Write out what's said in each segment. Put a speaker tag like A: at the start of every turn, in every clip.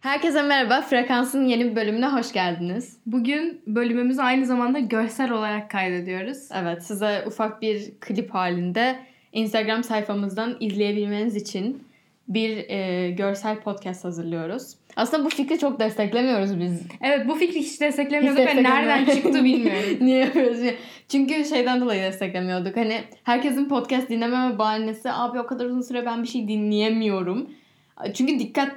A: Herkese merhaba. Frekans'ın yeni bir bölümüne hoş geldiniz.
B: Bugün bölümümüzü aynı zamanda görsel olarak kaydediyoruz.
A: Evet, size ufak bir klip halinde Instagram sayfamızdan izleyebilmeniz için bir e, görsel podcast hazırlıyoruz. Aslında bu fikri çok desteklemiyoruz biz.
B: Evet bu fikri hiç desteklemiyorduk
A: Hiç
B: ve nereden
A: desteklemiyorum.
B: çıktı bilmiyorum.
A: Niye yapıyoruz? Çünkü şeyden dolayı desteklemiyorduk. Hani herkesin podcast dinlememe bahanesi abi o kadar uzun süre ben bir şey dinleyemiyorum. Çünkü dikkat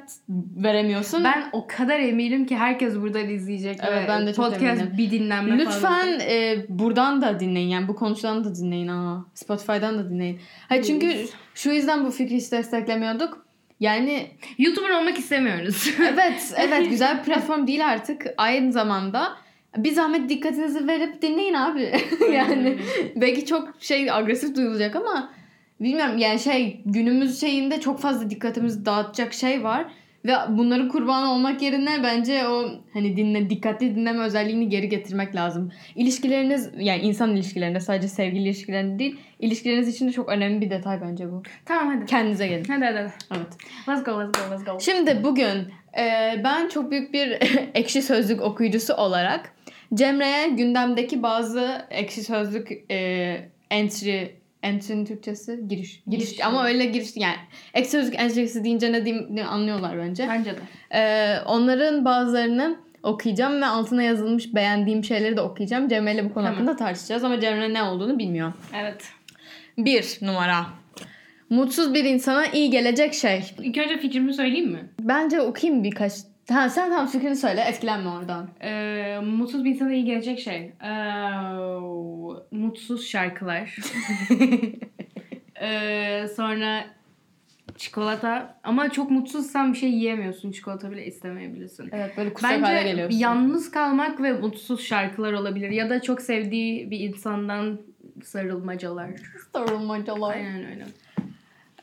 A: veremiyorsun.
B: Ben o kadar eminim ki herkes buradan izleyecek.
A: Evet,
B: ve
A: ben de çok
B: podcast
A: eminim.
B: bir dinlenme falan.
A: Lütfen e, buradan da dinleyin. Yani bu konuşulanı da dinleyin. Aa, Spotify'dan da dinleyin. Hayır çünkü şu yüzden bu fikri hiç desteklemiyorduk. Yani
B: YouTuber olmak istemiyoruz.
A: evet evet güzel bir platform değil artık. Aynı zamanda bir zahmet dikkatinizi verip dinleyin abi. yani belki çok şey agresif duyulacak ama bilmiyorum yani şey günümüz şeyinde çok fazla dikkatimizi dağıtacak şey var. Ve bunların kurbanı olmak yerine bence o hani dinle dikkatli dinleme özelliğini geri getirmek lazım. İlişkileriniz yani insan ilişkilerinde sadece sevgili ilişkilerinde değil ilişkileriniz için de çok önemli bir detay bence bu.
B: tamam hadi.
A: Kendinize gelin.
B: Hadi hadi hadi.
A: Evet.
B: Let's go let's go let's go.
A: Şimdi bugün e, ben çok büyük bir ekşi sözlük okuyucusu olarak Cemre'ye gündemdeki bazı ekşi sözlük e, entry entry'nin Türkçesi giriş. Giriş,
B: Giriş,
A: ama
B: evet.
A: öyle giriş yani ekşi sözlük entry'si deyince ne diyeyim anlıyorlar bence.
B: Bence de.
A: E, onların bazılarını okuyacağım ve altına yazılmış beğendiğim şeyleri de okuyacağım. Cemre'yle bu konu
B: Tamam.
A: hakkında tartışacağız ama Cemre ne olduğunu bilmiyor.
B: Evet.
A: Bir numara. Mutsuz bir insana iyi gelecek şey.
B: İlk önce fikrimi söyleyeyim mi?
A: Bence okuyayım birkaç. Ha sen tam fikrini söyle etkilenme oradan.
B: Ee, mutsuz bir insana iyi gelecek şey. Ee, mutsuz şarkılar. Ee, sonra çikolata. Ama çok mutsuzsan bir şey yiyemiyorsun. Çikolata bile istemeyebilirsin.
A: Evet böyle kusacak hale
B: Bence
A: geliyorsun.
B: yalnız kalmak ve mutsuz şarkılar olabilir. Ya da çok sevdiği bir insandan sarılmacalar.
A: Sorulmacalar.
B: Aynen öyle.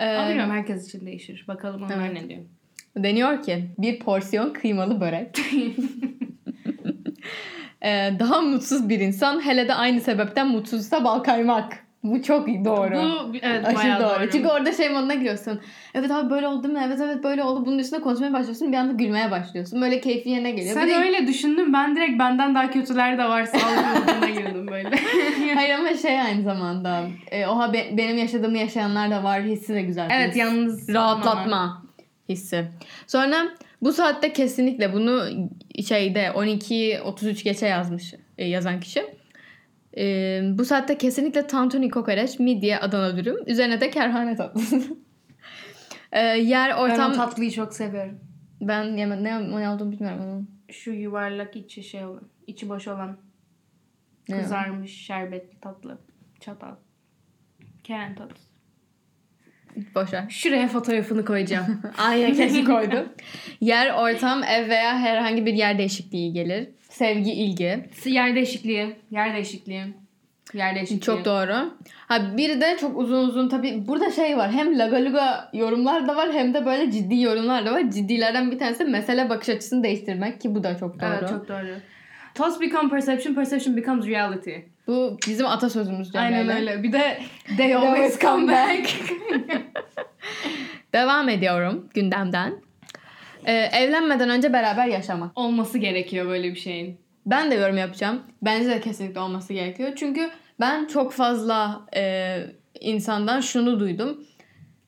A: Ee,
B: Ama bilmiyorum herkes için değişir. Bakalım onlar
A: Evet.
B: ne diyor.
A: deniyor ki bir porsiyon kıymalı börek. Ee, daha mutsuz bir insan hele de aynı sebepten mutsuzsa bal kaymak. Bu çok doğru.
B: Bu evet
A: Aşırı
B: bayağı
A: doğru.
B: doğru.
A: Çünkü orada şey moduna giriyorsun. Evet abi böyle oldu değil mi? Evet evet böyle oldu. Bunun üstüne konuşmaya başlıyorsun. Bir anda gülmeye başlıyorsun. Böyle keyfin yerine geliyor.
B: Sen
A: Bir de-
B: öyle düşündün. Ben direkt benden daha kötüler de var. Sağlığına girdim böyle.
A: Hayır ama şey aynı zamanda. E, oha be- benim yaşadığımı yaşayanlar da var. Hissi de güzel.
B: evet yalnız olmamak.
A: Rahatlatma hissi. Sonra bu saatte kesinlikle bunu şeyde 12-33 geçe yazmış e, yazan kişi. E, bu saatte kesinlikle tantuni kokoreç, midye, Adana dürüm. Üzerine de kerhane tatlısı. E, yer
B: Ben
A: ortam...
B: o tatlıyı çok seviyorum.
A: Ben yeme- ne, ne olduğunu bilmiyorum onun.
B: Şu yuvarlak içi şey olan, içi boş olan
A: Ne?
B: kızarmış şerbetli tatlı çatal. Keren tatlısı.
A: Boş ver.
B: Şuraya fotoğrafını koyacağım.
A: Aynen kesin koydum. Yer, ortam, ev veya herhangi bir yer değişikliği gelir. Sevgi, ilgi.
B: yer değişikliği, yer değişikliği, yer değişikliği.
A: Çok doğru. Ha bir de çok uzun uzun tabii burada şey var. Hem laga luga yorumlar da var hem de böyle ciddi yorumlar da var. Ciddilerden bir tanesi mesele bakış açısını değiştirmek ki bu da çok doğru.
B: Evet çok doğru. Thoughts become perception, perception becomes reality.
A: Bu bizim atasözümüz Cemre'yle.
B: Aynen öyle. Bir de they always come back.
A: Devam ediyorum gündemden. Ee, evlenmeden önce beraber yaşamak.
B: Olması gerekiyor böyle bir şeyin.
A: Ben de yorum yapacağım. Bence de kesinlikle olması gerekiyor. Çünkü ben çok fazla e, insandan şunu duydum.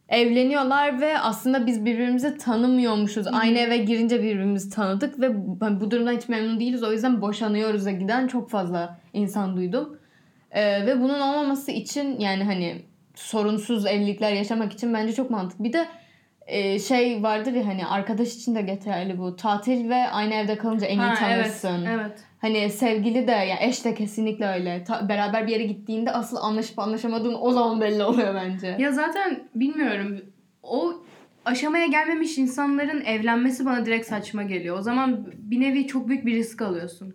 A: Evleniyorlar ve aslında biz birbirimizi tanımıyormuşuz. Aynı eve girince birbirimizi tanıdık ve bu- bu durumdan hiç memnun değiliz. O yüzden boşanıyoruz'a giden çok fazla insan duydum. E, ve bunun olmaması için yani hani sorunsuz evlilikler yaşamak için bence çok mantıklı. Bir de e, şey vardır ya hani arkadaş için de geçerli bu. Tatil ve aynı evde kalınca en iyi
B: Ha, evet,
A: tanırsın.
B: evet.
A: Hani sevgili de ya eş de kesinlikle öyle. Ta- beraber bir yere gittiğinde asıl anlaşıp anlaşamadığın o zaman belli oluyor bence.
B: Ya zaten bilmiyorum. O aşamaya gelmemiş insanların evlenmesi bana direkt saçma geliyor. O zaman bir nevi çok büyük bir risk alıyorsun.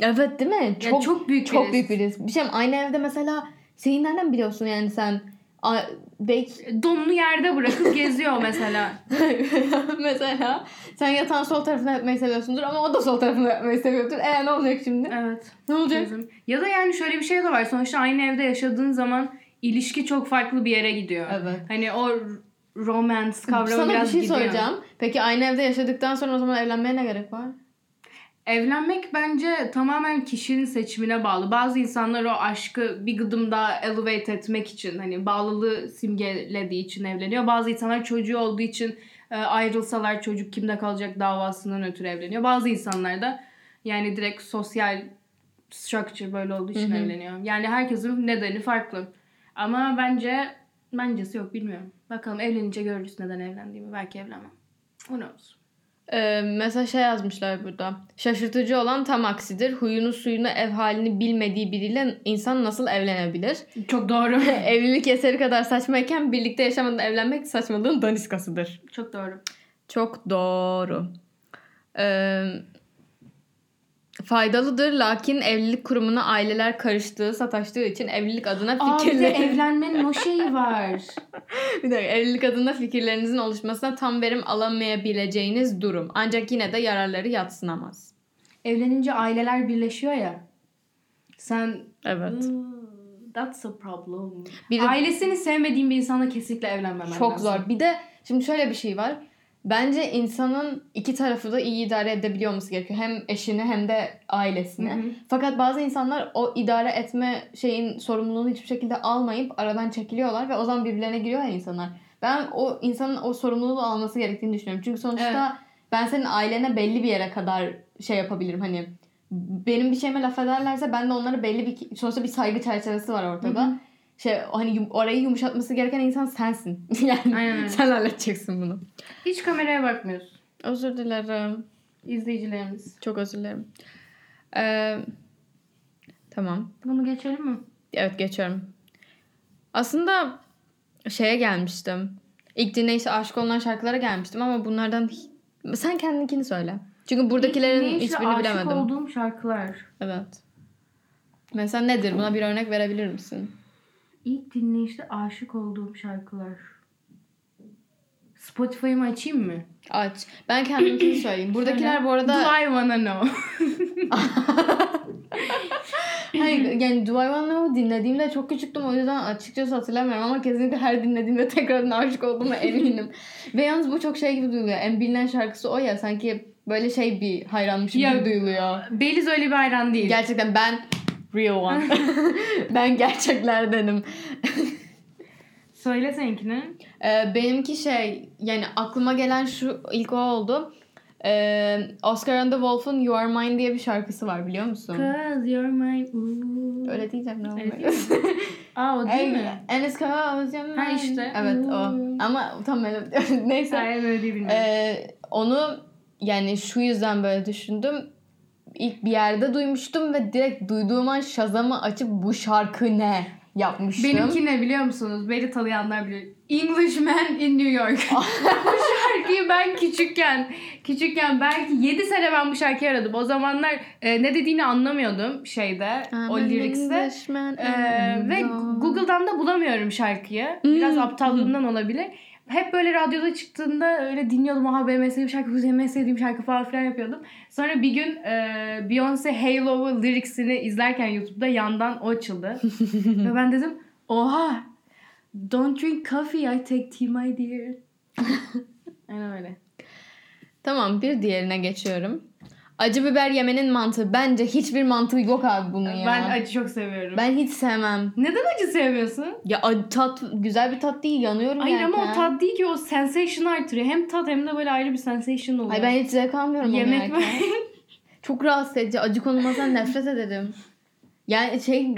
A: Evet değil mi?
B: Ya
A: Çok çok,
B: çok büyük bir risk.
A: büyük bir risk. Bir şey aynı evde mesela şeyi nereden biliyorsun yani sen A- belki
B: E, Donunu yerde bırakıp geziyor mesela.
A: mesela sen yatağın sol tarafını yapmayı seviyorsundur ama o da sol tarafını yapmayı seviyordur. E ne olacak şimdi?
B: Evet.
A: Ne olacak?
B: Bizim- Ya da yani şöyle bir şey de var. Sonuçta aynı evde yaşadığın zaman ilişki çok farklı bir yere gidiyor.
A: Evet.
B: Hani o romance kavramı
A: Sana bir
B: biraz
A: şey
B: gidiyor.
A: soracağım. Peki aynı evde yaşadıktan sonra o zaman evlenmeye ne gerek var?
B: Evlenmek bence tamamen kişinin seçimine bağlı. Bazı insanlar o aşkı bir gıdım daha elevate etmek için hani bağlılığı simgelediği için evleniyor. Bazı insanlar çocuğu olduğu için e, ayrılsalar çocuk kimde kalacak davasından ötürü evleniyor. Bazı insanlar da yani direkt sosyal structure böyle olduğu için
A: Hı hı.
B: evleniyor. Yani herkesin nedeni farklı. Ama bence bencesi yok bilmiyorum. Bakalım evlenince görürüz neden evlendiğimi. Belki evlenmem. Who knows?
A: Ee, mesela şey yazmışlar burada. Şaşırtıcı olan tam aksidir. Huyunu suyunu ev halini bilmediği biriyle insan nasıl evlenebilir?
B: Çok doğru.
A: Evlilik eseri kadar saçmayken birlikte yaşamadan evlenmek saçmalığın daniskasıdır.
B: Çok doğru.
A: Çok doğru. Ee, faydalıdır lakin evlilik kurumuna aileler karıştığı, sataştığı için evlilik adına
B: Aa bir de
A: fikirlerin...
B: evlenmenin o şeyi var.
A: Bir dakika, evlilik adına fikirlerinizin oluşmasına tam verim alamayabileceğiniz durum. Ancak yine de yararları yatsınamaz.
B: Evlenince aileler birleşiyor ya. Sen
A: Evet.
B: "Hmm, that's a problem.
A: Bir de-
B: Ailesini sevmediğin bir insanla kesinlikle evlenmemen
A: Çok
B: lazım.
A: zor. Bir de şimdi şöyle bir şey var. Bence insanın iki tarafı da iyi idare edebiliyor olması gerekiyor. Hem eşini hem de ailesini.
B: Hı hı.
A: Fakat bazı insanlar o idare etme şeyin sorumluluğunu hiçbir şekilde almayıp aradan çekiliyorlar ve o zaman birbirlerine giriyor ya insanlar. Ben o insanın o sorumluluğu alması gerektiğini düşünüyorum. Çünkü sonuçta ben senin ailene belli bir yere kadar şey yapabilirim hani benim bir şeyime laf ederlerse ben de onlara belli bir sonuçta bir saygı çerçevesi var ortada.
B: Hı hı.
A: Şey hani yum- orayı yumuşatması gereken insan sensin. yani
B: Aynen öyle.
A: sen halledeceksin bunu.
B: Hiç kameraya bakmıyoruz.
A: Özür dilerim.
B: izleyicilerimiz.
A: Çok özür dilerim. Ee, tamam.
B: Bunu geçelim mi?
A: Evet geçiyorum. Aslında şeye gelmiştim. İlk dinleyişte aşık olunan şarkılara gelmiştim ama bunlardan hi- sen kendinkini söyle. Çünkü buradakilerin
B: Neyse,
A: hiçbirini
B: aşık
A: bilemedim.
B: olduğum şarkılar.
A: Evet. Mesela nedir? Buna bir örnek verebilir misin?
B: İlk dinleyişte aşık olduğum şarkılar. Spotify'ımı açayım mı?
A: Aç. Ben kendimkini söyleyeyim. Buradakiler bu arada...
B: Do I wanna know?
A: Hayır, yani Do I Wanna Know dinlediğimde çok küçüktüm o yüzden açıkçası hatırlamıyorum ama kesinlikle her dinlediğimde tekrardan aşık olduğuma eminim. Ve yalnız bu çok şey gibi duyuluyor. En bilinen şarkısı o ya sanki böyle şey bir hayranmışım gibi
B: Ya-
A: duyuluyor.
B: Beliz öyle bir hayran değil.
A: Gerçekten ben real one. ben gerçeklerdenim.
B: Söyle seninkini.
A: Ee, benimki şey yani aklıma gelen şu ilk o oldu. Ee, Oscar and the Wolf'un You Are Mine diye bir şarkısı var biliyor musun?
B: Cause you're mine. Ooh.
A: Öyle diyeceğim ne
B: Öyle
A: olacak?
B: Aa o değil
A: Hey,
B: mi?
A: And it's cause you're
B: Ha
A: mine.
B: işte.
A: Evet o.
B: Hmm.
A: Ama tam böyle neyse.
B: Hayır öyle değil bilmiyorum.
A: Ee, onu yani şu yüzden böyle düşündüm. İlk bir yerde duymuştum ve direkt duyduğum an Shazam'ı açıp bu şarkı ne yapmıştım.
B: Benimki ne biliyor musunuz? Beni tanıyanlar bilir. Englishman in New York. bu şarkıyı ben küçükken, küçükken belki 7 sene ben bu şarkıyı aradım. O zamanlar e, ne dediğini anlamıyordum şeyde, o lirikste. Ee, ve Google'dan da bulamıyorum şarkıyı. Biraz
A: Hmm.
B: aptallığımdan olabilir. Hep böyle radyoda çıktığında öyle dinliyordum. Aha benim en sevdiğim şarkı, bu benim en sevdiğim şarkı falan filan yapıyordum. Sonra bir gün e, Beyoncé Halo'u lyricsini izlerken YouTube'da yandan o açıldı. ve ben dedim oha don't drink coffee I take tea my dear. Aynen öyle.
A: Tamam bir diğerine geçiyorum. Acı biber yemenin mantığı. Bence hiçbir mantığı yok abi bunun ya.
B: Ben acı çok seviyorum.
A: ben hiç sevmem.
B: Neden acı sevmiyorsun?
A: Ya acı tat güzel bir tat değil yanıyorum
B: Hayır
A: yerken.
B: ama o tat değil ki o sensation artırıyor. Hem tat hem de böyle ayrı bir sensation oluyor.
A: Ay ben hiç zevk almıyorum onu
B: Yemek
A: yerken.
B: mi?
A: Çok rahatsız edici. Acı konulmazdan nefret ederim. Yani şey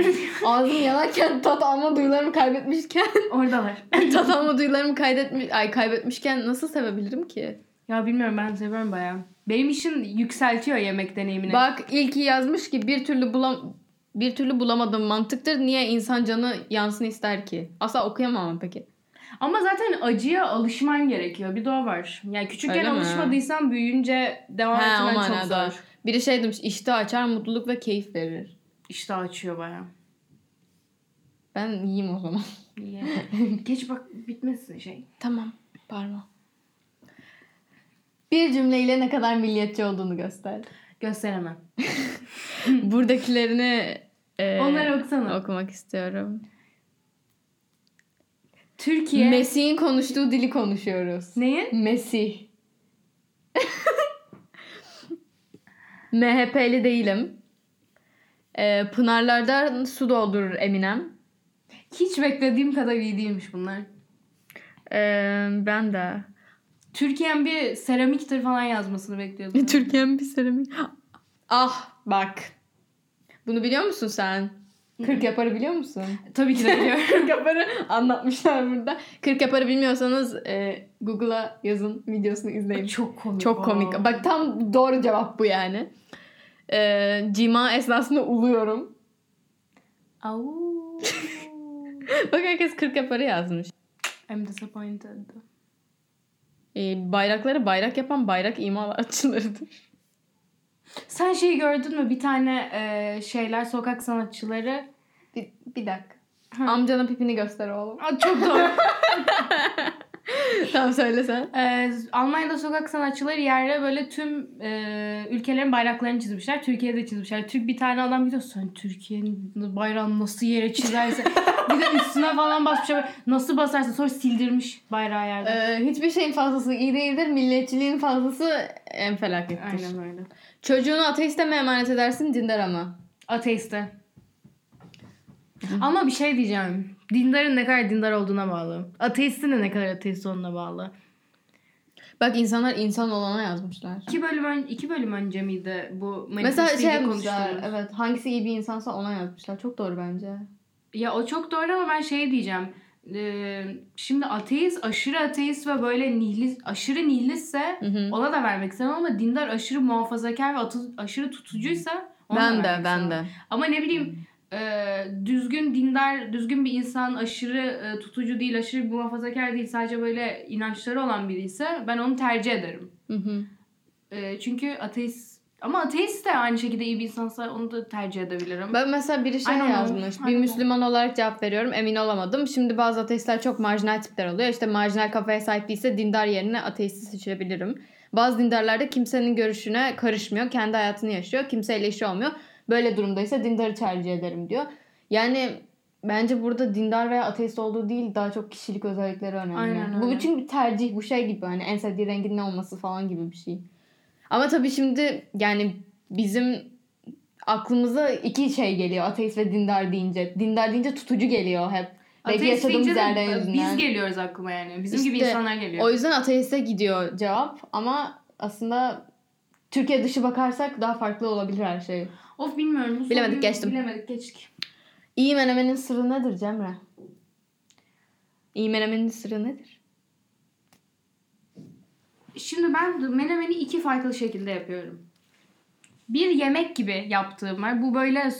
A: ağzım yanarken tat alma duyularımı kaybetmişken
B: Oradalar.
A: tat alma duyularımı kaydetmiş ay kaybetmişken nasıl sevebilirim ki?
B: Ya bilmiyorum ben seviyorum bayağı. Benim için yükseltiyor yemek deneyimini.
A: Bak ilki yazmış ki bir türlü bulam bir türlü bulamadığım mantıktır. Niye insan canı yansın ister ki? Asla okuyamam ama peki.
B: Ama zaten acıya alışman gerekiyor. Bir doğa var. Yani küçükken
A: Öyle mi?
B: alışmadıysan büyüyünce devam
A: He, o
B: etmen çok
A: manada.
B: zor.
A: Biri şey demiş işte açar mutluluk ve keyif verir.
B: İşte açıyor bayağı.
A: Ben yiyeyim o zaman.
B: İyi. Geç bak bitmesin şey.
A: Tamam. Parma. Bir cümleyle ne kadar milliyetçi olduğunu göster.
B: Gösteremem.
A: Buradakilerini e,
B: Onları okusana.
A: okumak istiyorum.
B: Türkiye.
A: Mesih'in konuştuğu dili konuşuyoruz.
B: Neyi?
A: Mesih. MHP'li değilim. Ee, pınarlardan su doldurur Eminem.
B: Hiç beklediğim kadar iyi değilmiş bunlar.
A: Ee, ben de.
B: Türkiye'nin bir seramiktir falan yazmasını bekliyordum.
A: E, Türkiye'nin bir seramik. Ah bak. Bunu biliyor musun sen? Kırk yaparı biliyor musun?
B: Tabii ki de biliyorum.
A: Kırk yaparı anlatmışlar burada. Kırk yaparı bilmiyorsanız e, Google'a yazın videosunu izleyin.
B: Çok komik.
A: Çok
B: o.
A: komik. Bak tam doğru cevap bu yani. Ee, cima esnasında uluyorum.
B: Au.
A: Bak herkes 40 yaparı yazmış.
B: I'm disappointed.
A: Ee, bayrakları bayrak yapan bayrak imalatçılarıdır.
B: Sen şeyi gördün mü? Bir tane e, şeyler sokak sanatçıları.
A: Bir, bir dakika. Amcanın pipini göster oğlum.
B: Aa, çok doğru.
A: tamam söyle sen.
B: E, Almanya'da sokak sanatçıları yerde böyle tüm e, ülkelerin bayraklarını çizmişler. Türkiye'de çizmişler. Türk bir tane adam gidiyor. Sen Türkiye'nin bayrağını nasıl yere çizerse. bir de üstüne falan basmışlar. Böyle Nasıl basarsa sonra sildirmiş bayrağı yerden.
A: Ee, hiçbir şeyin fazlası iyi değildir. Milliyetçiliğin fazlası en felakettir.
B: Aynen öyle.
A: Çocuğunu ateiste mi emanet edersin dindar ama?
B: Ateiste. Ama bir şey diyeceğim. Dindarın ne kadar dindar olduğuna bağlı. Ateistin de ne kadar ateist olduğuna bağlı.
A: Bak insanlar insan olana yazmışlar.
B: İki bölüm, ön- iki bölüm önce miydi bu
A: Mesela
B: manifestiyle
A: şey yapmışlar.
B: konuştuğumuz?
A: Evet hangisi iyi bir insansa ona yazmışlar. Çok doğru bence.
B: Ya o çok doğru ama ben şey diyeceğim. Ee, şimdi ateist, aşırı ateist ve böyle nihilist, aşırı nihilistse
A: Hı hı.
B: ona da vermek istemem ama dindar aşırı muhafazakar ve atı- aşırı tutucuysa ona da
A: Ben de
B: vermek
A: ben
B: istemem.
A: de.
B: Ama ne bileyim e, düzgün dindar, düzgün bir insan, aşırı e, tutucu değil, aşırı muhafazakar değil, sadece böyle inançları olan biri ise ben onu tercih ederim.
A: Hı hı.
B: E, çünkü ateist ama ateist de aynı şekilde iyi bir insansa onu da tercih edebilirim.
A: Ben mesela biri şey
B: I don't know.
A: yazmış.
B: I
A: Bir
B: don't
A: Müslüman olarak cevap veriyorum. Emin olamadım. Şimdi bazı ateistler çok marjinal tipler oluyor. İşte marjinal kafaya sahip değilse dindar yerine ateisti seçebilirim. Bazı dindarlarda kimsenin görüşüne karışmıyor. Kendi hayatını yaşıyor. Kimseyle işi olmuyor. Böyle durumdaysa dindarı tercih ederim diyor. Yani bence burada dindar veya ateist olduğu değil daha çok kişilik özellikleri önemli.
B: Aynen
A: Bu
B: öyle.
A: bütün bir tercih. Bu şey gibi hani en sevdiği rengin ne olması falan gibi bir şey. Ama tabii şimdi yani bizim aklımıza iki şey geliyor ateist ve dindar deyince. Dindar deyince tutucu geliyor hep. Belki
B: Ateist
A: yaşadığımız
B: deyince de
A: yerden
B: Biz
A: yüzünden.
B: geliyoruz aklıma yani. Bizim gibi
A: İşte
B: insanlar geliyor.
A: O yüzden ateiste gidiyor cevap ama aslında Türkiye dışı bakarsak daha farklı olabilir her şey.
B: Of bilmiyorum. Bu
A: Bilemedik,
B: soruyu
A: geçtim.
B: Bilemedik geçtik.
A: İyi menemenin sırrı nedir Cemre? İyi menemenin sırrı nedir?
B: Şimdi ben menemeni iki farklı şekilde yapıyorum. Bir yemek gibi yaptığım var. Bu böyle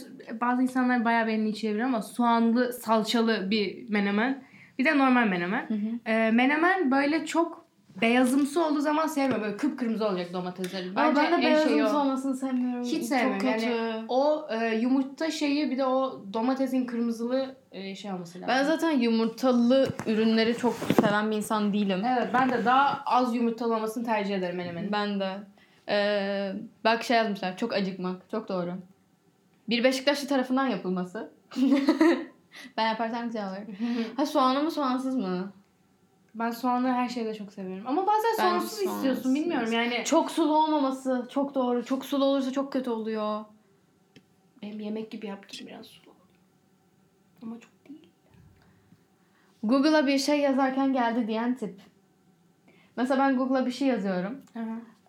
B: bazı insanlar bayağı beni çevirir ama soğanlı salçalı bir menemen. Bir de normal menemen. Ee, menemen böyle çok beyazımsı olduğu zaman sevmiyorum. Böyle kıpkırmızı olacak domatesleri.
A: Ama
B: Bence
A: ben de
B: en şey
A: beyazımsı
B: o.
A: olmasını sevmiyorum.
B: Hiç sevmem
A: Çok kötü.
B: yani. O e, yumurta şeyi bir de o domatesin kırmızılı e, şey olması lazım.
A: Ben zaten yumurtalı ürünleri çok seven bir insan değilim.
B: Evet ben de daha az yumurtalı olmasını tercih ederim menemenin.
A: Ben de. Ee, bak şey yazmışlar. Çok acıkmak. Çok doğru. Bir Beşiktaşlı tarafından yapılması. ben yaparsam güzel olur. Ha soğanlı mı soğansız mı?
B: Ben soğanı her şeyde çok seviyorum. Ama bazen
A: Ben
B: soğansız
A: soğansız.
B: istiyorsun bilmiyorum yani.
A: Çok sulu olmaması. Çok doğru. Çok sulu olursa çok kötü oluyor.
B: Benim yemek gibi yaptım biraz sulu. Ama çok değil.
A: Google'a bir şey yazarken geldi diyen tip. Mesela ben Google'a bir şey yazıyorum.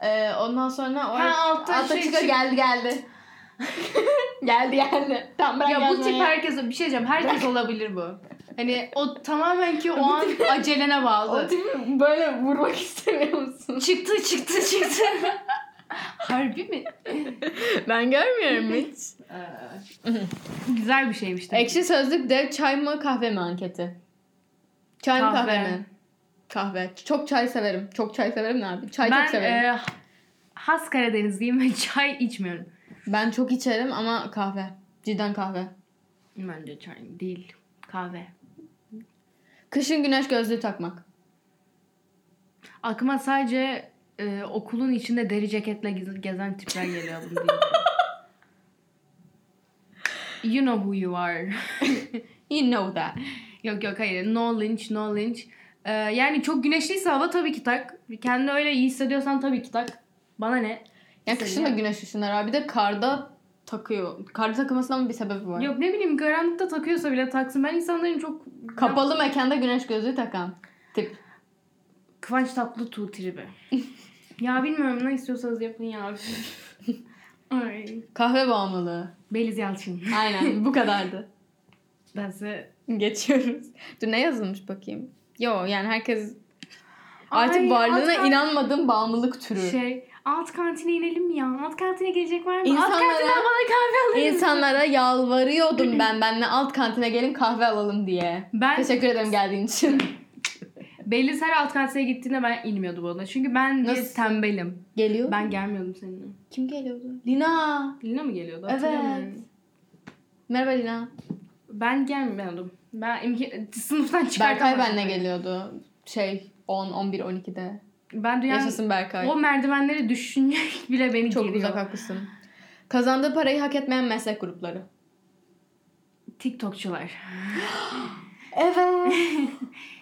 A: Ee, ondan sonra o
B: Ha, altta şey
A: çıkıyor,
B: çık-
A: geldi geldi. geldi geldi. Tamam ben
B: ya bu tip
A: yazmaya-
B: herkese bir şey diyeceğim. Herkes olabilir bu. Hani o tamamen ki o an acelene
A: O
B: bağlı.
A: tipi böyle vurmak istemiyor musun?
B: çıktı çıktı çıktı. Harbi mi?
A: Ben görmüyorum hiç. Ee,
B: Güzel bir şeymiş. tabii.
A: Ekşi Sözlük dev çay mı kahve mi anketi? Çay mı kahve
B: Kahve.
A: mi? Kahve. Çok çay severim. Çok çay severim ne abi? Çay
B: ben
A: çok severim.
B: e, has Karadenizliyim ve çay içmiyorum.
A: Ben çok içerim ama kahve. Cidden kahve.
B: Bence çay değil. Kahve.
A: Kışın güneş gözlüğü takmak.
B: Aklıma sadece e, okulun içinde deri ceketle gez- gezen tipler geliyor bunu deyince. You know who you are.
A: You know that.
B: You Yok yok hayır. No lynch, no lynch. Ee, yani çok güneşliyse hava tabii ki tak. Kendi öyle iyi hissediyorsan tabii ki tak. Bana ne?
A: Ya kışın da güneş ışınlar abi. Bir de karda takıyor. Karda takılmasının ama bir sebebi var.
B: Yok ne bileyim karanlıkta takıyorsa bile taksın. Ben insanların çok...
A: Kapalı mekanda güneş gözlüğü takan tip.
B: Kıvanç Tatlıtuğ tribi. ya bilmiyorum ne istiyorsanız yapın ya. Ay.
A: Kahve bağımlılığı.
B: Beliz Yalçın.
A: Aynen bu kadardı.
B: Ben size...
A: Geçiyoruz. Dur ne yazılmış bakayım. Yo yani herkes artık
B: Ay,
A: varlığına
B: alt kan-
A: inanmadığım bağımlılık türü.
B: Şey, alt kantine inelim mi ya? Alt kantine gelecek var mı? Alt
A: İnsanlara-
B: kantinden bana kahve alır mısın?
A: İnsanlara yalvarıyordum ben benle alt kantine gelin kahve alalım diye.
B: Ben-
A: Teşekkür ederim geldiğin için.
B: Beliz her alt kantine gittiğinde ben inmiyordum ona. Çünkü ben bir
A: Nasıl?
B: tembelim.
A: Geliyor.
B: Ben gelmiyordum seninle.
A: Kim geliyordu? Lina.
B: Lina mı geliyordu?
A: Evet.
B: Hatırlamıyorum.
A: Merhaba Lina.
B: Ben gelmiyordum. Ben imki- sınıftan
A: Berkay
B: çıkartamadım.
A: benle geliyordu. Şey 10, 11, 12'de.
B: Ben dünyanın
A: Yaşasın Berkay.
B: o merdivenleri düşünmek bile beni
A: Çok
B: geriyor.
A: uzak haklısın. Kazandığı parayı hak etmeyen meslek grupları.
B: TikTokçular.
A: Evet.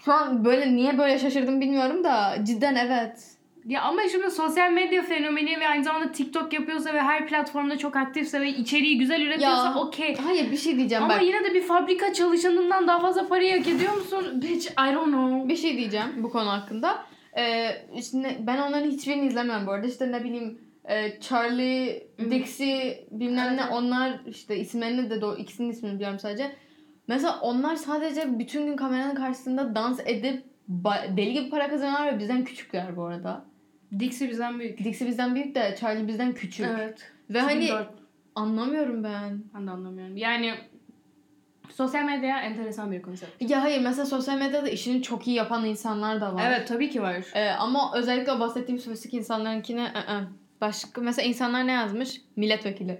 A: Şu an böyle niye böyle şaşırdım bilmiyorum da cidden evet.
B: Ya ama şimdi sosyal medya fenomeni ve aynı zamanda TikTok yapıyorsa ve her platformda çok aktifse ve içeriği güzel üretiyorsa
A: Ya.
B: okey.
A: Hayır bir şey diyeceğim
B: Ama
A: bak.
B: yine de bir fabrika çalışanından daha fazla parayı hak ediyor musun? Bitch I don't know.
A: Bir şey diyeceğim bu konu hakkında. Ee, işte ne- ben onların hiçbirini izlemiyorum bu arada. İşte ne bileyim e, Charlie,
B: Hı.
A: Dixie bilmem ne
B: Evet.
A: onlar işte isimlerini de doğru ikisinin ismini biliyorum sadece. Mesela onlar sadece bütün gün kameranın karşısında dans edip ba- deli gibi para kazanıyorlar ve bizden küçükler bu arada.
B: Dixie bizden büyük.
A: Dixie bizden büyük de Charlie bizden küçük.
B: Evet.
A: Ve hani
B: 2004.
A: anlamıyorum ben.
B: Ben de anlamıyorum. Yani sosyal medya enteresan bir konsept.
A: Ya hayır mesela sosyal medyada işini çok iyi yapan insanlar da var.
B: Evet tabii ki var.
A: Ee, ama özellikle o bahsettiğim spesifik insanlarınkine ı-ı. başka mesela insanlar ne yazmış? Milletvekili.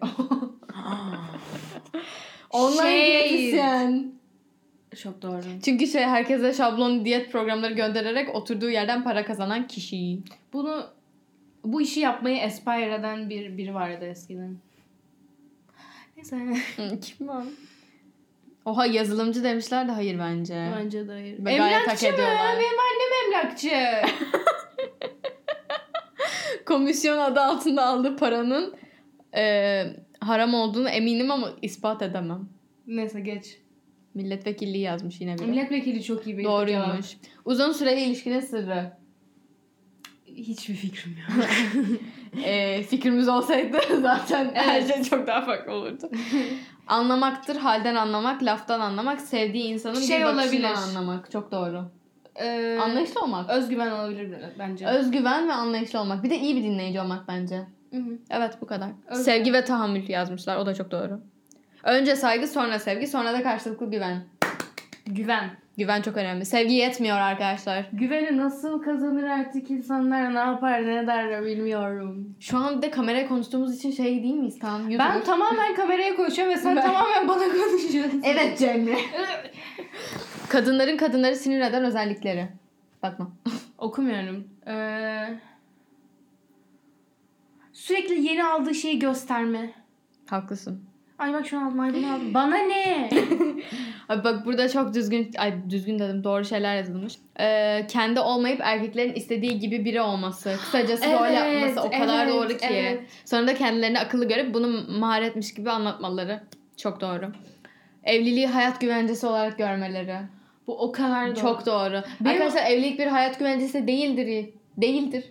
A: Online
B: Şey.
A: diyetisyen.
B: Çok doğru.
A: Çünkü şey herkese şablon diyet programları göndererek oturduğu yerden para kazanan kişi.
B: Bunu bu işi yapmayı aspire eden bir biri vardı eskiden. Neyse.
A: Hı, Kim var? Oha yazılımcı demişler de hayır bence.
B: Bence de hayır.
A: Ve gayet hak
B: Emlakçı mı?
A: ediyorlar.
B: Benim annem emlakçı.
A: Komisyon adı altında aldığı paranın e, haram olduğunu eminim ama ispat edemem.
B: Neyse geç.
A: Milletvekilliği yazmış yine biri.
B: Milletvekili çok iyi bir cevap.
A: Doğruymuş. Uzun süreli ilişkinin sırrı.
B: Hiçbir fikrim yok.
A: Ee, fikrimiz olsaydı zaten her şey çok daha farklı olurdu. Anlamaktır, halden anlamak, laftan anlamak, sevdiği insanın
B: Şey
A: bir bakışından
B: olabilir.
A: anlamak. Çok doğru.
B: ee,
A: Anlayışlı olmak.
B: Özgüven olabilir bile- bence.
A: Özgüven ve anlayışlı olmak. Bir de iyi bir dinleyici olmak bence.
B: Hı hı.
A: Evet bu kadar.
B: Özgüven.
A: Sevgi ve tahammül yazmışlar. O da çok doğru. Önce saygı, sonra sevgi, sonra da karşılıklı güven.
B: Güven.
A: Güven çok önemli. Sevgi yetmiyor arkadaşlar.
B: Güveni nasıl kazanır artık insanlar ne yapar ne der bilmiyorum.
A: Şu an bir de kameraya konuştuğumuz için şey değil miyiz tam?
B: Ben tamamen kameraya konuşuyorum ve sen
A: Ben-
B: tamamen bana konuşuyorsun.
A: Evet Cemre. Kadınların kadınları sinir eden özellikleri. Bakma.
B: Okumuyorum. Ee, sürekli yeni aldığı şeyi gösterme.
A: Haklısın.
B: Ay bak şunu aldım, ay bunu aldım. Bana ne?
A: Abi bak burada çok düzgün, ay düzgün dedim doğru şeyler yazılmış. Ee, kendi olmayıp erkeklerin istediği gibi biri olması. Kısacası rol yapması o kadar
B: evet,
A: doğru ki.
B: evet.
A: Sonra da kendilerini akıllı görüp bunu maharetmiş gibi anlatmaları. Çok doğru. Evliliği hayat güvencesi olarak görmeleri.
B: Bu o kadar doğru.
A: Çok doğru.
B: Benim-
A: Arkadaşlar evlilik bir hayat güvencesi değildir. Değildir.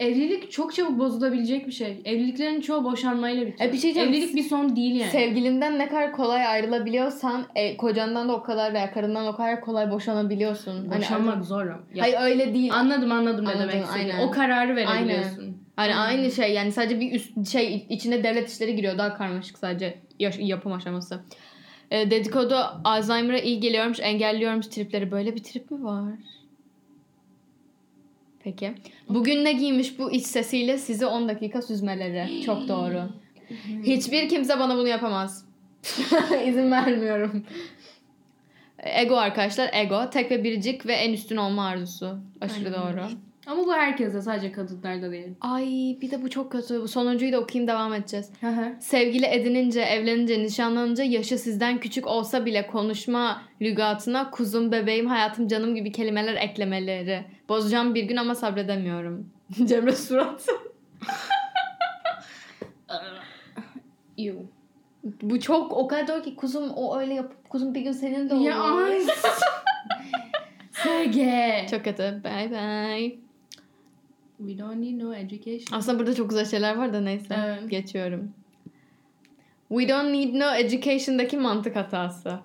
B: Evlilik çok çabuk bozulabilecek bir şey. Evliliklerin çoğu boşanmayla bitiyor.
A: E bir şey diyeceğim.
B: Evlilik bir son değil yani.
A: Sevgilinden ne kadar kolay ayrılabiliyorsan e, kocandan da o kadar veya karından o kadar kolay boşanabiliyorsun. Hani
B: Boşanmak
A: adam-
B: zor. ama. Ya,
A: Hayır öyle değil.
B: Anladım anladım ne
A: Anladım,
B: demek istediğini.
A: aynen.
B: O kararı verebiliyorsun.
A: hani aynı şey yani sadece bir üst şey içinde devlet işleri giriyor daha karmaşık sadece yaş- yapım aşaması. E, dedikodu Alzheimer'a iyi geliyormuş, engelliyormuş tripleri. Böyle bir trip mi var? Peki. Bugün ne giymiş bu iç sesiyle sizi 10 dakika süzmeleri. Çok doğru. Hiçbir kimse bana bunu yapamaz. İzin vermiyorum. Ego arkadaşlar ego. Tek ve biricik ve en üstün olma arzusu. Aşırı
B: Aynen
A: doğru.
B: Ama bu herkese sadece kadınlarda değil.
A: Ay bir de bu çok kötü. Bu sonuncuyu da okuyayım devam edeceğiz.
B: Hı hı.
A: Sevgili edinince, evlenince, nişanlanınca yaşı sizden küçük olsa bile konuşma lügatına kuzum, bebeğim, hayatım, canım gibi kelimeler eklemeleri. Bozacağım bir gün ama sabredemiyorum. Cemre surat.
B: Ew.
A: Bu çok o kadar doğru ki kuzum o öyle yapıp kuzum bir gün senin de olur.
B: Ya ay. Sege.
A: Çok kötü. Bye bye.
B: We don't need no education.
A: Aslında burada çok güzel şeyler var da neyse.
B: Evet.
A: Geçiyorum. We don't need no education'daki mantık hatası.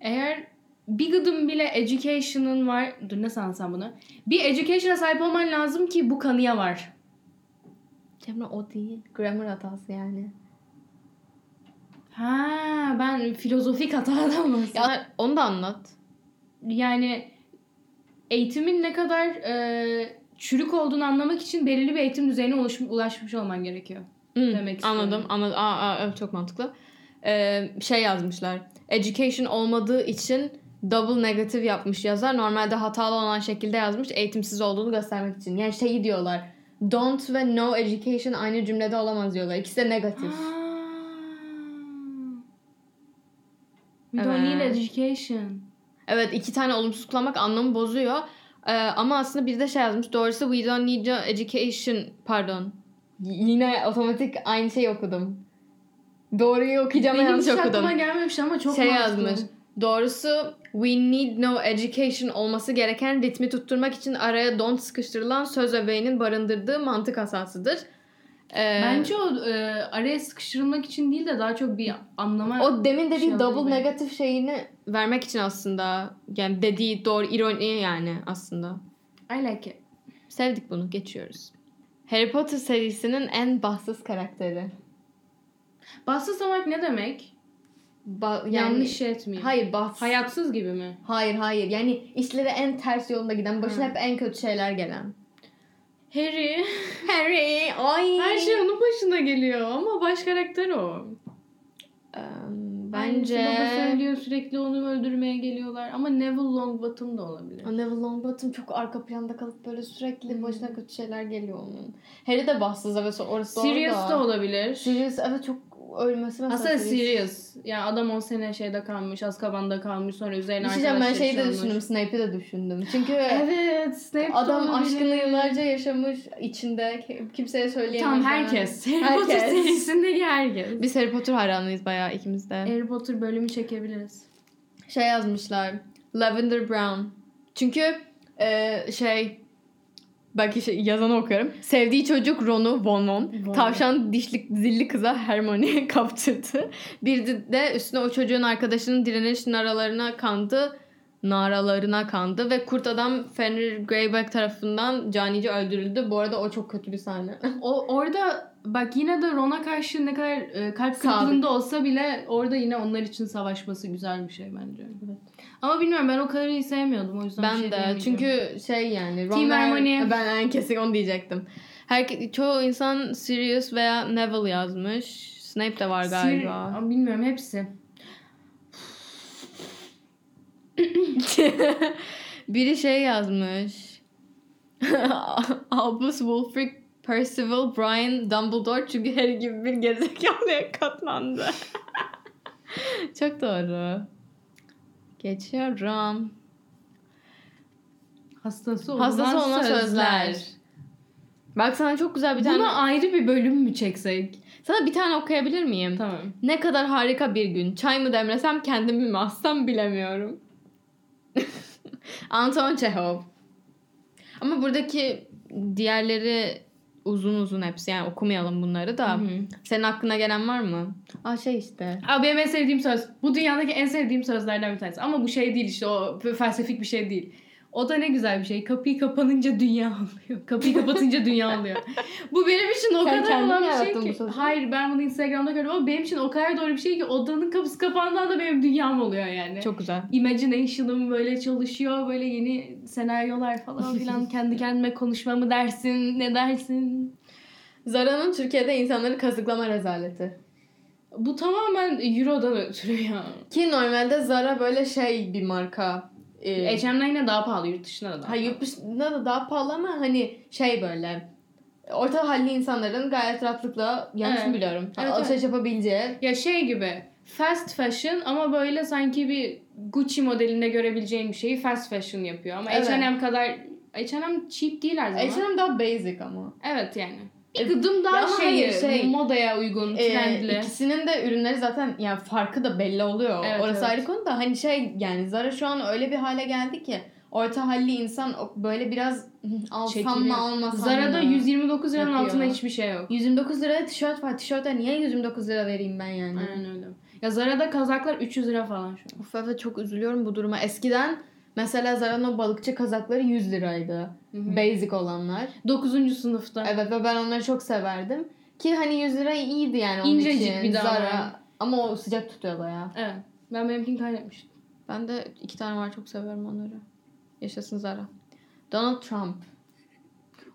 B: Eğer bir gıdım bile education'ın var. Dur nasıl anlatsam bunu? Bir education'a sahip olman lazım ki bu kanıya var.
A: Cemre o değil. Grammar hatası yani.
B: Ha ben filozofik hatadan bahsediyorum.
A: Ya onu da anlat.
B: yani eğitimin ne kadar e, çürük olduğunu anlamak için belirli bir eğitim düzeyine ulaş- ulaşmış olman gerekiyor.
A: Hı,
B: Demek
A: anladım.
B: istiyorum.
A: anladım. Aa, aa, evet, çok mantıklı. Ee, şey yazmışlar. Education olmadığı için double negative yapmış yazar. Normalde hatalı olan şekilde yazmış. Eğitimsiz olduğunu göstermek için. Yani şeyi diyorlar. Don't ve no education aynı cümlede olamaz diyorlar. İkisi de negatif.
B: Ah. We don't need
A: Evet.
B: education.
A: Evet iki tane olumsuz kullanmak anlamı bozuyor. Ee, ama aslında bir de şey yazmış. Doğrusu we don't need your education. Pardon. Y- Yine otomatik aynı şeyi okudum. Doğruyu okuyacağım
B: Benim
A: yanlış
B: hiç
A: okudum.
B: aklıma gelmemiş ama çok
A: şey
B: mantıklı.
A: yazmış. Doğrusu we need no education olması gereken ritmi tutturmak için araya don't sıkıştırılan söz öbeğinin barındırdığı mantık asasıdır. Ee,
B: Bence o e, araya sıkıştırılmak için değil de daha çok bir anlama.
A: o demin dediği
B: Şey
A: double
B: olabilir.
A: negatif şeyini vermek için aslında yani dediği doğru ironi yani aslında.
B: I like it.
A: Sevdik bunu geçiyoruz. Harry Potter serisinin en bahtsız kasteri.
B: Bahtsız olmak ne demek? Yanlış şey etmeyeyim.
A: Hayır bahtsız.
B: Hayatsız gibi mi?
A: Hayır hayır yani işlere en ters yolunda giden başına
B: Hı.
A: hep en kötü şeyler gelen.
B: Harry.
A: Harry ay.
B: Her şey onun başına geliyor ama baş karakter o.
A: Eee,
B: Bence...
A: bence
B: söylüyor sürekli onu öldürmeye geliyorlar. Ama Neville Longbottom da olabilir.
A: O Neville Longbottom çok arka planda kalıp böyle sürekli
B: Hı.
A: başına kötü şeyler geliyor onun. Harry de bahtsız evet orası
B: Sirius
A: orada.
B: da olabilir.
A: Sirius evet çok ölmesi mesela.
B: Aslında
A: Sirius.
B: Sirius. Ya adam 10 sene şeyde kalmış, Azkaban'da kalmış. Sonra
A: Bir
B: üzerine
A: şey diyeceğim, ben
B: arkadaşları
A: şeyi de
B: çalmış.
A: düşündüm. Snape'i de düşündüm. Çünkü
B: Evet. Snape de
A: adam
B: olabilir.
A: aşkını yıllarca yaşamış içinde. ki- Kimseye söyleyemedi.
B: Tam herkes. Harry
A: Herkes.
B: Potter serisindeki herkes.
A: Biz Harry Potter hayranıyız bayağı ikimiz de.
B: Harry Potter bölümü çekebiliriz.
A: şey yazmışlar. Lavender Brown. Çünkü e, şey belki şey, yazanı okuyorum. Sevdiği çocuk Ron'u Vonon.
B: Vonon.
A: Tavşan dişli zilli kıza Hermione'ye kaptırdı. Bir de- de üstüne o çocuğun arkadaşının direniş naralarına kandı. Naralarına kandı ve kurt adam Fenrir Greyback tarafından canice öldürüldü. Bu arada o çok kötü bir sahne.
B: O orada bak yine de Ron'a karşı ne kadar e, kalp
A: Sadık.
B: kırıklığında olsa bile orada yine onlar için savaşması güzel bir şey bence.
A: Evet.
B: Ama bilmiyorum ben o kadarıyla sevmiyordum o yüzden bir
A: Ben
B: şey
A: de
B: diyemeyeceğim.
A: çünkü şey yani Ron
B: Team
A: ve-
B: Harmony.
A: ben en kesin onu diyecektim. Her çoğu insan Sirius veya Neville yazmış. Snape de var
B: Sir-
A: galiba.
B: Ama bilmiyorum hepsi.
A: Biri şey yazmış. Albus Wolfric Percival Brian Dumbledore çünkü Harry gibi bir gerizekalıya katlandı. Çok doğru. Geçiyorum.
B: Hastası olan,
A: Hastası olan
B: sözler.
A: sözler. Bak sana çok güzel bir
B: Buna
A: tane...
B: ayrı bir bölüm mü çeksek?
A: Sana bir tane okuyabilir miyim?
B: Tamam.
A: Ne kadar harika bir gün. Çay mı demlesem kendimi mi assam bilemiyorum. Anton Çehov. Ama buradaki diğerleri uzun uzun hepsi. Yani okumayalım bunları da. Senin aklına gelen var mı? Aa şey işte.
B: Abi benim en sevdiğim söz. Bu dünyadaki en sevdiğim sözlerden bir tanesi. Ama bu şey değil işte o f- felsefik bir şey değil. O da ne güzel bir şey. Kapıyı kapanınca dünya oluyor. Kapıyı kapatınca dünya oluyor. Bu benim için o
A: Sen
B: kadar
A: kendin
B: olan bir şey
A: yarattın bu
B: ki.
A: sözü.
B: Hayır ben bunu Instagram'da gördüm ama benim için o kadar doğru bir şey ki odanın kapısı kapandığında da benim dünyam oluyor yani.
A: Çok güzel.
B: Imagination'ım böyle çalışıyor. Böyle yeni senaryolar falan filan. Kendi kendime konuşma mı dersin? Ne dersin?
A: Zara'nın Türkiye'de insanları kazıklama rezaleti.
B: Bu tamamen Euro'dan ötürü ya.
A: Ki normalde Zara böyle şey bir marka. Ee, e,
B: H&M'den yine daha pahalı yurt dışına da daha.
A: ha, yurt dışında da daha pahalı ama hani şey böyle orta halli insanların gayet rahatlıkla yanlış
B: Evet.
A: mı biliyorum.
B: Evet,
A: Alışveriş yapabileceği.
B: Ya şey gibi fast fashion ama böyle sanki bir Gucci modelinde görebileceğin bir şeyi fast fashion yapıyor. Ama
A: Evet.
B: H&M kadar H&M cheap değil her zaman.
A: H&M daha basic ama.
B: Evet yani.
A: E,
B: Bir gıdım
A: ya
B: daha
A: ama
B: şey,
A: hayır, şey,
B: modaya uygun,
A: Ee,
B: trendli.
A: ikisinin de ürünleri zaten yani farkı da belli oluyor.
B: Evet,
A: Orası
B: evet.
A: ayrı konu da hani şey yani Zara şu an öyle bir hale geldi ki orta halli insan o- böyle biraz "Hı, alsam
B: Çekiniyor.
A: mı almasam
B: Zara'da
A: mı?
B: 129 liranın
A: Yapıyor.
B: altında hiçbir şey yok.
A: 129 liraya tişört var. Tişörte niye 129 lira vereyim ben yani?
B: Aynen öyle. Ya Zara'da kazaklar 300 lira falan şu an.
A: Of evet çok üzülüyorum bu duruma. Eskiden mesela Zara'nın o balıkçı kazakları 100 liraydı. Basic olanlar.
B: 9. sınıfta.
A: Evet ve ben onları çok severdim. Ki hani 100 lira iyiydi yani onun
B: İncecik
A: için.
B: bir de ama.
A: Zara. Ama o sıcak tutuyor bayağı.
B: Evet. Ben benimkini kaybetmiştim.
A: Ben de iki tane var çok seviyorum onları. Yaşasın Zara. Donald Trump.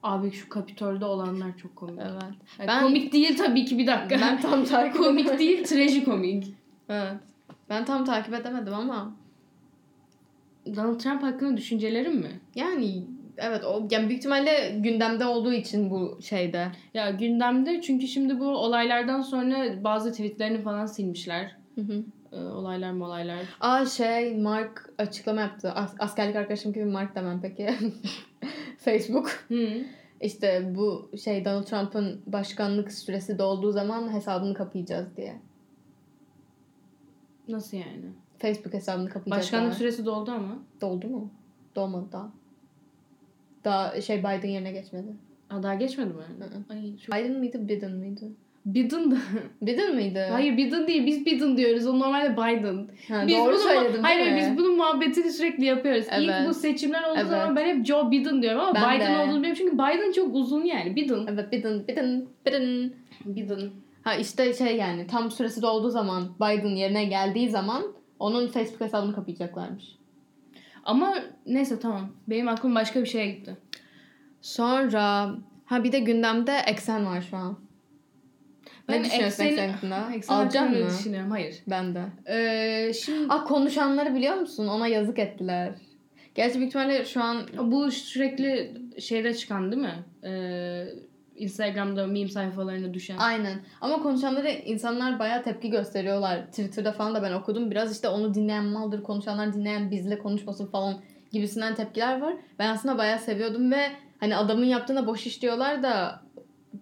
B: Abi şu Kapitol'de olanlar çok komik.
A: Evet.
B: Yani
A: Ben-
B: Komik değil tabii ki bir dakika.
A: Ben tam takip
B: komik değil, trajikomik.
A: Evet. Ben tam takip edemedim ama
B: Donald Trump hakkında düşüncelerim mi?
A: yani evet o yani büyük ihtimalle gündemde olduğu için bu şeyde.
B: Ya gündemde çünkü şimdi bu olaylardan sonra bazı tweetlerini falan silmişler.
A: Hı hı.
B: Ee, olaylar mı olaylar.
A: Aa şey Mark açıklama yaptı. As- askerlik arkadaşım gibi Mark demem peki. Facebook.
B: Hı.
A: İşte bu şey Donald Trump'ın başkanlık süresi dolduğu zaman hesabını kapayacağız diye.
B: Nasıl yani?
A: Facebook hesabını kapayacağız.
B: Başkanlık
A: diye.
B: süresi doldu ama.
A: Doldu mu? Dolmadı daha. Daha şey Biden yerine geçmedi.
B: Aa, daha geçmedi mi?
A: Hı hı.
B: Ay, çok...
A: Biden mıydı Biden mıydı?
B: Biden da.
A: Biden mıydı?
B: Hayır Biden değil biz Biden diyoruz. O normalde Biden.
A: Ha,
B: biz
A: doğru
B: bunu-
A: söyledim değil
B: Hayır
A: mi?
B: biz bunun muhabbetini sürekli yapıyoruz.
A: Evet.
B: İlk bu seçimler olduğu
A: Evet.
B: zaman ben hep Joe Biden diyorum ama
A: Ben
B: Biden
A: de.
B: olduğunu bilmiyorum. Çünkü Biden çok uzun yani. Biden.
A: Evet Biden Biden Biden.
B: Biden.
A: Ha işte şey yani tam süresi dolduğu zaman Biden yerine geldiği zaman onun Facebook hesabını kapayacaklarmış.
B: Ama neyse tamam. Benim aklım başka bir şeye gitti.
A: Sonra ha bir de gündemde eksen var şu an. Ne
B: Ben
A: düşünüyorsun eksen,
B: ekseni-
A: hakkında?
B: Eksen
A: Alacak
B: Hani hakkında ne
A: mı?
B: düşünüyorum. Hayır.
A: Ben de.
B: Ee, şimdi
A: Ah konuşanları biliyor musun? Ona yazık ettiler. Gerçi büyük ihtimalle şu an
B: bu sürekli şeyde çıkan değil mi? Ee, Instagram'da meme sayfalarına düşen.
A: Aynen. Ama konuşanlara insanlar bayağı tepki gösteriyorlar. Twitter'da falan da ben okudum. Biraz işte onu dinleyen maldır, konuşanlar dinleyen bizle konuşmasın falan gibisinden tepkiler var. Ben aslında bayağı seviyordum ve hani adamın yaptığına boş iş diyorlar da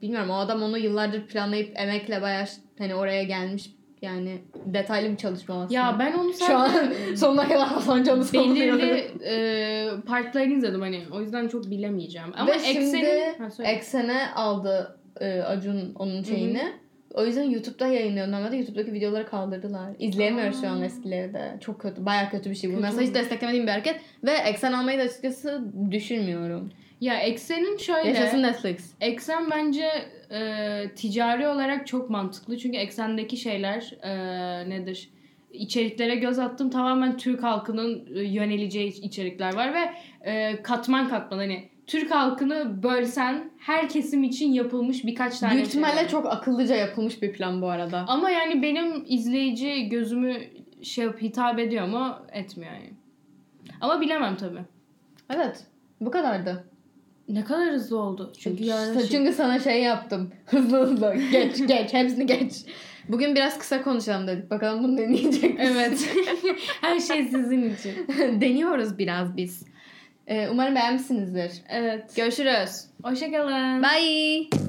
A: bilmiyorum o adam onu yıllardır planlayıp emekle bayağı ş- hani oraya gelmiş yani detaylı bir çalışma aslında.
B: Ya ben onu
A: şu an
B: sadece
A: sonuna kadar Hasan Can'ı savunuyorum.
B: belirli e, partlarını izledim hani. O yüzden çok bilemeyeceğim. Ama
A: Ve şimdi
B: eksenin... Ha, söyle.
A: Eksene aldı e, Acun onun şeyini. O yüzden YouTube'da yayınlıyor. Normalde YouTube'daki videoları kaldırdılar. İzleyemiyoruz şu an
B: Aa.
A: eskileri de. Çok kötü. Bayağı kötü bir şey bu.
B: Kötü
A: Mesela hiç
B: olmuş.
A: desteklemediğim bir hareket. Ve eksen almayı da açıkçası düşünmüyorum.
B: Ya eksenin şöyle...
A: Yaşasın Netflix.
B: Eksen bence e, ticari olarak çok mantıklı. Çünkü eksendeki şeyler e, nedir? İçeriklere göz attım. Tamamen Türk halkının e, yöneleceği iç- içerikler var ve e, katman katman hani Türk halkını bölsen her kesim için yapılmış birkaç tane
A: Büyük
B: şey
A: ihtimalle
B: var.
A: çok akıllıca yapılmış bir plan bu arada.
B: Ama yani benim izleyici gözümü şey yap- hitap ediyor mu? Etmiyor yani. Ama bilemem tabii.
A: Evet. Bu kadardı.
B: Ne kadar hızlı oldu. Çünkü yarın şey-
A: Çünkü sana şey yaptım. Hızlı hızlı. Geç geç. Hepsini geç. Bugün biraz kısa konuşalım dedik. Bakalım bunu deneyecek misin?
B: Evet. her şey sizin için.
A: Deniyoruz biraz biz. Ee, umarım beğenmişsinizdir.
B: Evet. é
A: Görüşürüz.
B: Hoşçakalın.
A: Bye.